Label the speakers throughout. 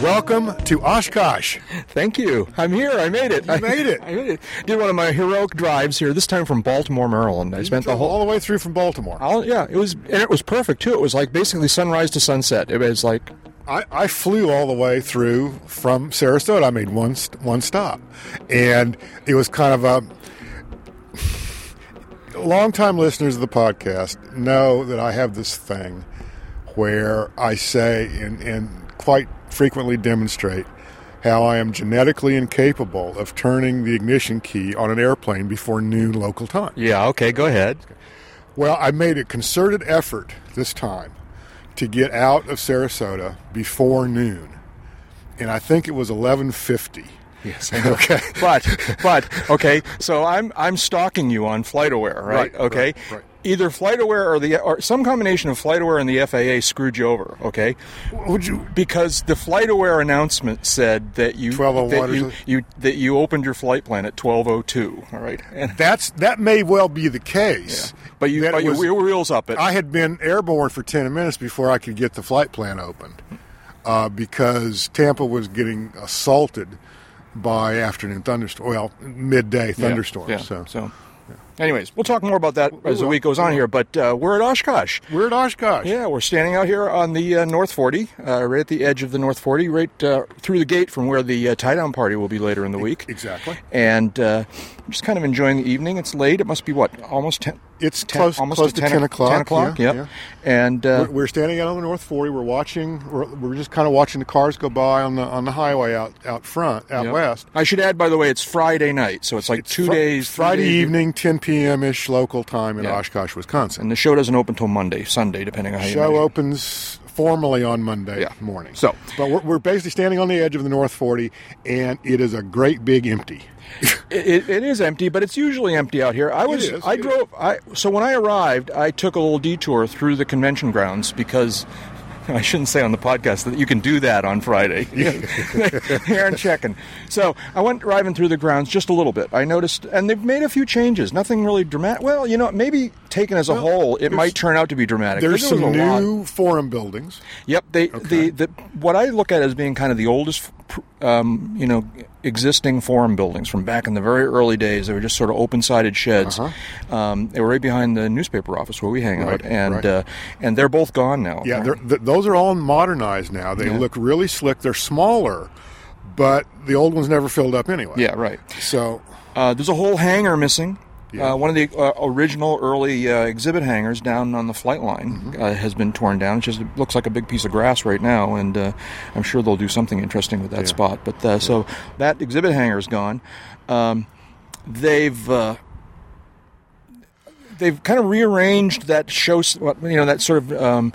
Speaker 1: Welcome to Oshkosh.
Speaker 2: Thank you. I'm here. I made it.
Speaker 1: You
Speaker 2: I
Speaker 1: made it.
Speaker 2: I made it. Did one of my heroic drives here. This time from Baltimore, Maryland. I spent the
Speaker 1: all
Speaker 2: whole.
Speaker 1: the way through from Baltimore.
Speaker 2: All, yeah, it was, and it was perfect too. It was like basically sunrise to sunset. It was like,
Speaker 1: I, I flew all the way through from Sarasota. I made one st- one stop, and it was kind of a. Longtime listeners of the podcast know that I have this thing where I say and, and quite frequently demonstrate how I am genetically incapable of turning the ignition key on an airplane before noon local time.
Speaker 2: yeah, okay, go ahead.
Speaker 1: Well, I made a concerted effort this time to get out of Sarasota before noon, and I think it was eleven fifty.
Speaker 2: Yes.
Speaker 1: Okay.
Speaker 2: but but okay, so I'm I'm stalking you on FlightAware, right?
Speaker 1: Right,
Speaker 2: okay.
Speaker 1: right, right.
Speaker 2: Either FlightAware or the or some combination of FlightAware and the FAA screwed you over, okay?
Speaker 1: Would you?
Speaker 2: Because the FlightAware announcement said that you
Speaker 1: 12:01
Speaker 2: that
Speaker 1: or
Speaker 2: you,
Speaker 1: something?
Speaker 2: you that you opened your flight plan at 12:02, all right? And
Speaker 1: That's that may well be the case.
Speaker 2: but you
Speaker 1: That
Speaker 2: but
Speaker 1: it
Speaker 2: you
Speaker 1: was-
Speaker 2: were wheels up it.
Speaker 1: I had been airborne for ten minutes before I could get the flight plan opened, uh, because Tampa was getting assaulted by afternoon thunderstorm. Well, midday thunderstorms.
Speaker 2: Yeah,
Speaker 1: So.
Speaker 2: so anyways, we'll talk more about that as the
Speaker 1: will.
Speaker 2: week goes on here, but uh, we're at Oshkosh.
Speaker 1: we're at Oshkosh.
Speaker 2: Yeah, we're standing out here on the uh, North 40, uh, right at the edge of the North 40, right uh, through the gate from where the uh, tie down party will be later in the week.
Speaker 1: E- Exactly.
Speaker 2: And uh, I'm just kind of enjoying the evening. It's late. It must be what? Almost 10.
Speaker 1: It's close- close to 10 o'clock,
Speaker 2: 10 o'clock,
Speaker 1: yeah,
Speaker 2: yep.
Speaker 1: yeah.
Speaker 2: And uh,
Speaker 1: We're, we're standing out on the North 40. We're watching. We're, we're just kind of watching the cars go by on the on the highway out out front, out
Speaker 2: yep.
Speaker 1: west.
Speaker 2: I should add, by the way, it's Friday night, so it's like two
Speaker 1: Fri-
Speaker 2: days. three
Speaker 1: Friday
Speaker 2: days-
Speaker 1: evening, 10 p.m. ish local time in
Speaker 2: Yeah.
Speaker 1: Oshkosh, Wisconsin.
Speaker 2: And the show doesn't open till Monday, Sunday, depending on how you
Speaker 1: Show
Speaker 2: measure.
Speaker 1: opens formally on Monday
Speaker 2: Yeah.
Speaker 1: morning.
Speaker 2: So-
Speaker 1: but we're, we're basically standing on the edge of the North 40, and it is a great big empty.
Speaker 2: It, it- it is empty, but it's usually empty out here. I was,
Speaker 1: is,
Speaker 2: I
Speaker 1: it
Speaker 2: drove, I so when I arrived, I took a little detour through the convention grounds because I shouldn't say on the podcast that you can do that on Friday. Here and checking. So I went driving through the grounds just a little bit. I noticed, and they've made a few changes. Nothing really dramatic. Well, you know, maybe taken as a whole, it might turn out to be dramatic.
Speaker 1: There's
Speaker 2: There was
Speaker 1: some
Speaker 2: a lot.
Speaker 1: new forum buildings.
Speaker 2: Yep, they the, the what I look at as being kind of the oldest, um, you know, existing forum buildings from back in the very early days. They were just sort of open-sided sheds. Um, they were right behind the newspaper office where we hang out,
Speaker 1: Uh-huh. Right,
Speaker 2: and
Speaker 1: right.
Speaker 2: uh, and they're both gone now.
Speaker 1: Yeah, they're, th- those are all modernized now. They look really slick. They're smaller, but the old ones never filled up anyway.
Speaker 2: yeah, right.
Speaker 1: So
Speaker 2: Uh, there's a whole hangar missing. Uh, one of the uh, original early uh, exhibit hangars down on the flight line
Speaker 1: Mm-hmm.
Speaker 2: uh, has been torn down. It just looks like a big piece of grass right now, and uh, I'm sure they'll do something interesting with that spot. But uh, so that exhibit hangar is gone. Um, they've uh, they've kind of rearranged that show, s- what- you know, that sort of um,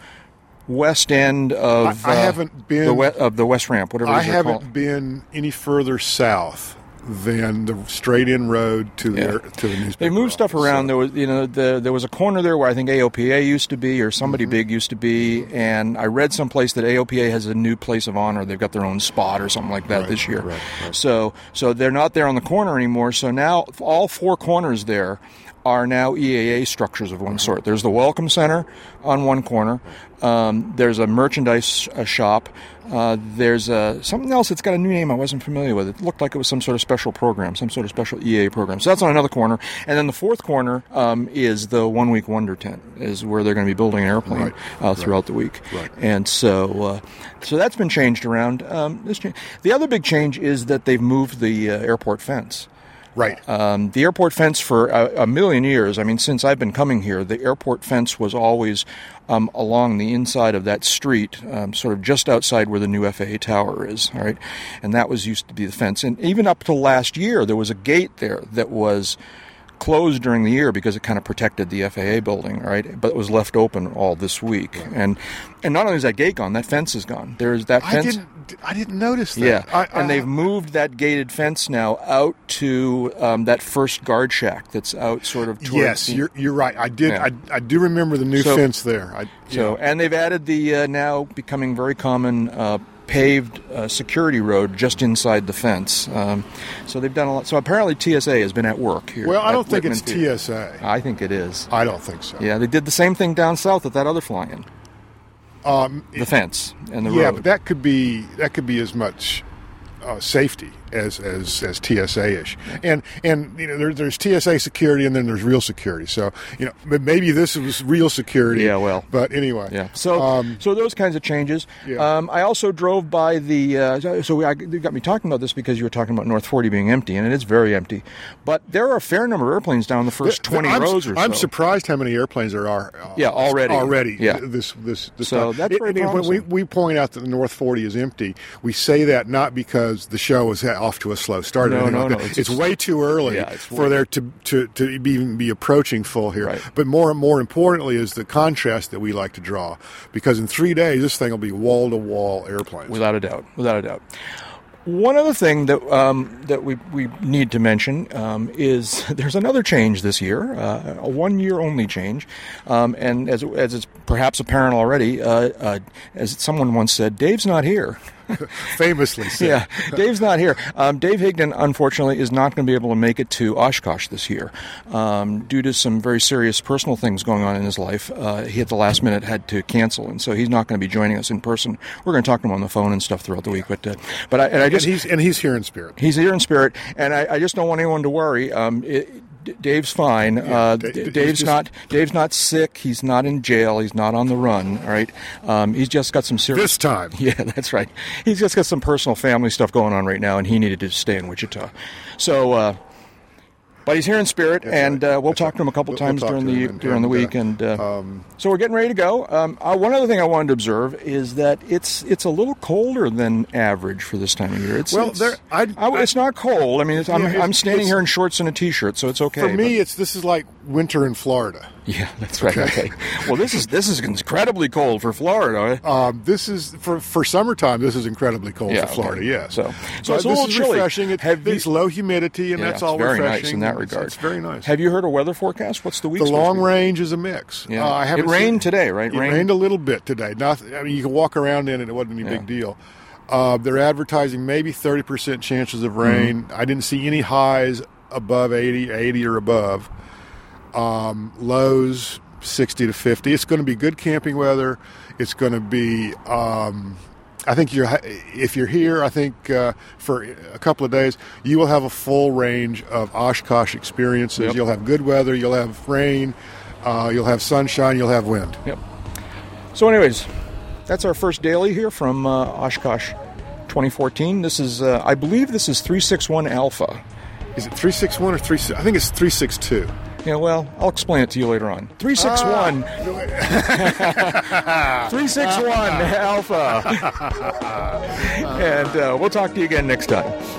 Speaker 2: west end of
Speaker 1: I- I
Speaker 2: uh,
Speaker 1: haven't been-
Speaker 2: the we- of the west ramp, whatever it
Speaker 1: I
Speaker 2: is they're
Speaker 1: haven't
Speaker 2: called.
Speaker 1: been any further south than the straight in road to
Speaker 2: Yeah.
Speaker 1: the to the newspaper.
Speaker 2: They moved stuff
Speaker 1: office.
Speaker 2: around. There was, you know, the, there was a corner there where I think AOPA used to be, or somebody
Speaker 1: Mm-hmm.
Speaker 2: big used to be. And I read someplace that AOPA has a new place of honor. They've got their own spot or something like that this year.
Speaker 1: right,
Speaker 2: So, so they're not there on the corner anymore. So now all four corners there are now EAA structures of one sort. There's the Welcome Center on one corner. Um, there's a merchandise uh shop. Uh, there's a, something else that's got a new name I wasn't familiar with. It looked like it was some sort of special program, some sort of special EAA program. So that's on another corner. And then the fourth corner um, is the One Week Wonder Tent, is where they're going to be building an airplane
Speaker 1: Right.
Speaker 2: uh, throughout the week. And so, uh, so that's been changed around. Um, this cha- the other big change is that they've moved the uh, airport fence.
Speaker 1: Right.
Speaker 2: Um, the airport fence for a, a million years, I mean, since I've been coming here, the airport fence was always um, along the inside of that street, um, sort of just outside where the new FAA tower is, all right? And that was used to be the fence. And even up till last year, there was a gate there that was closed during the year because it kind of protected the FAA building, all right? But it was left open all this week. And and not only is that gate gone, that fence is gone. There's that
Speaker 1: I
Speaker 2: fence.
Speaker 1: didn't I didn't notice that.
Speaker 2: Yeah,
Speaker 1: I,
Speaker 2: and
Speaker 1: I-
Speaker 2: they've moved that gated fence now out to um, that first guard shack that's out sort of towards.
Speaker 1: Yes,
Speaker 2: the-
Speaker 1: you're you're right. I did.
Speaker 2: Yeah.
Speaker 1: I, I do remember the new
Speaker 2: So-
Speaker 1: fence there. I,
Speaker 2: so, and they've added the uh, now becoming very common uh, paved uh, security road just inside the fence. Um, so they've done a lot. So apparently TSA has been at work here.
Speaker 1: well, I
Speaker 2: at
Speaker 1: don't think it's
Speaker 2: Whitman Field.
Speaker 1: TSA.
Speaker 2: I think it is.
Speaker 1: I don't think so.
Speaker 2: Yeah, they did the same thing down south at that other fly-in.
Speaker 1: Um,
Speaker 2: the fence and the
Speaker 1: yeah,
Speaker 2: road.
Speaker 1: but that could be that could be as much uh, safety as as as TSA ish, and and you know there, there's TSA security and then there's real security. So you know, but maybe this was real security.
Speaker 2: Yeah, well.
Speaker 1: but anyway,
Speaker 2: Yeah. So,
Speaker 1: um,
Speaker 2: so those kinds of changes.
Speaker 1: Yeah.
Speaker 2: Um, I also drove by the. Uh, so I, you got me talking about this because you were talking about North Forty being empty, and it is very empty. But there are a fair number of airplanes down the first twenty
Speaker 1: I'm,
Speaker 2: rows or
Speaker 1: I'm
Speaker 2: so.
Speaker 1: surprised how many airplanes there are. uh,
Speaker 2: Yeah, already.
Speaker 1: Already.
Speaker 2: Yeah.
Speaker 1: th- This this. this
Speaker 2: So
Speaker 1: time.
Speaker 2: that's
Speaker 1: It-
Speaker 2: very
Speaker 1: and when we
Speaker 2: promising.
Speaker 1: we point out that the North 40 is empty, we say that not because the show is off to a slow start. or
Speaker 2: No,
Speaker 1: anything
Speaker 2: no,
Speaker 1: like
Speaker 2: no,
Speaker 1: that.
Speaker 2: it's
Speaker 1: It's,
Speaker 2: just-
Speaker 1: way too early
Speaker 2: Yeah, it's
Speaker 1: for
Speaker 2: way-
Speaker 1: there to to to be, even be approaching full here.
Speaker 2: Right.
Speaker 1: But more more importantly is the contrast that we like to draw, because in three days this thing will be wall to wall airplanes.
Speaker 2: without a doubt, without a doubt. One other thing that um, that we, we need to mention um, is there's another change this year, uh, a one year only change, um, and as as it's perhaps apparent already, uh, uh, as someone once said, Dave's not here.
Speaker 1: Famously, said.
Speaker 2: yeah, Dave's not here. Um, Dave Higdon, unfortunately, is not going to be able to make it to Oshkosh this year um, due to some very serious personal things going on in his life. Uh, he at the last minute had to cancel, and so he's not going to be joining us in person. We're going to talk to him on the phone and stuff throughout the week. But uh, but I, and I
Speaker 1: And
Speaker 2: just
Speaker 1: he's and he's here in spirit.
Speaker 2: he's here in spirit, and I, I just don't want anyone to worry. Um, it, D- Dave's fine. uh,
Speaker 1: D-
Speaker 2: D-
Speaker 1: he's
Speaker 2: Dave's
Speaker 1: just-
Speaker 2: not. Dave's not sick. He's not in jail. He's not on the run. All right. Um, he's just got some serious
Speaker 1: This time.
Speaker 2: yeah, that's right. He's just got some personal family stuff going on right now, and he needed to stay in Wichita. So, uh, but he's here in spirit, and uh, we'll talk to him a couple
Speaker 1: We'll- we'll
Speaker 2: times
Speaker 1: talk
Speaker 2: during
Speaker 1: to
Speaker 2: the
Speaker 1: him and-
Speaker 2: during the
Speaker 1: and,
Speaker 2: week,
Speaker 1: uh,
Speaker 2: and uh, so we're getting ready to go. Um, uh, one other thing I wanted to observe is that it's it's a little colder than average for this time of year. It's,
Speaker 1: Well,
Speaker 2: it's,
Speaker 1: there- I-
Speaker 2: w- it's not cold. I mean, it's, I'm,
Speaker 1: Yeah, it's-
Speaker 2: I'm standing
Speaker 1: it's-
Speaker 2: here in shorts and a t-shirt, so it's okay.
Speaker 1: For
Speaker 2: but-
Speaker 1: me, it's this is like winter in Florida.
Speaker 2: yeah, that's right. Okay. well, this is this is incredibly cold for Florida.
Speaker 1: Um, this is for for summertime. This is incredibly cold
Speaker 2: Yeah,
Speaker 1: for Florida.
Speaker 2: okay.
Speaker 1: Yes,
Speaker 2: So- so
Speaker 1: But
Speaker 2: it's a
Speaker 1: this
Speaker 2: little
Speaker 1: is
Speaker 2: chilly.
Speaker 1: refreshing. It,
Speaker 2: Have you-
Speaker 1: it's low humidity, and
Speaker 2: Yeah,
Speaker 1: that's
Speaker 2: it's
Speaker 1: all
Speaker 2: very
Speaker 1: refreshing
Speaker 2: nice in that
Speaker 1: It's-
Speaker 2: regard.
Speaker 1: It's, very nice.
Speaker 2: Have you heard a weather forecast? What's the week?
Speaker 1: the long range is a mix.
Speaker 2: Yeah.
Speaker 1: Uh, I
Speaker 2: It
Speaker 1: haven't
Speaker 2: rained
Speaker 1: seen-
Speaker 2: today, right?
Speaker 1: It
Speaker 2: Rained-
Speaker 1: rained, a little bit today. Not, I mean, you can walk around in it; it wasn't any big deal. Uh, they're advertising maybe thirty percent chances
Speaker 2: Mm-hmm.
Speaker 1: of rain. I didn't see any highs above 80, 80 or above. Um, lows sixty to fifty. It's going to be good camping weather. It's going to be. Um, I think you're if you're here. I think uh, for a couple of days you will have a full range of Oshkosh experiences.
Speaker 2: Yep.
Speaker 1: You'll have good weather. You'll have rain. Uh, you'll have sunshine. You'll have wind.
Speaker 2: Yep. So, anyways, that's our first daily here from uh, Oshkosh 2014. This is, uh, I believe, this is 361 Alpha.
Speaker 1: Is it three six one or three? I think it's three six two.
Speaker 2: Yeah, well, I'll explain it to you later on. 361.
Speaker 1: Ah,
Speaker 2: 361 Alpha. and uh, we'll talk to you again next time.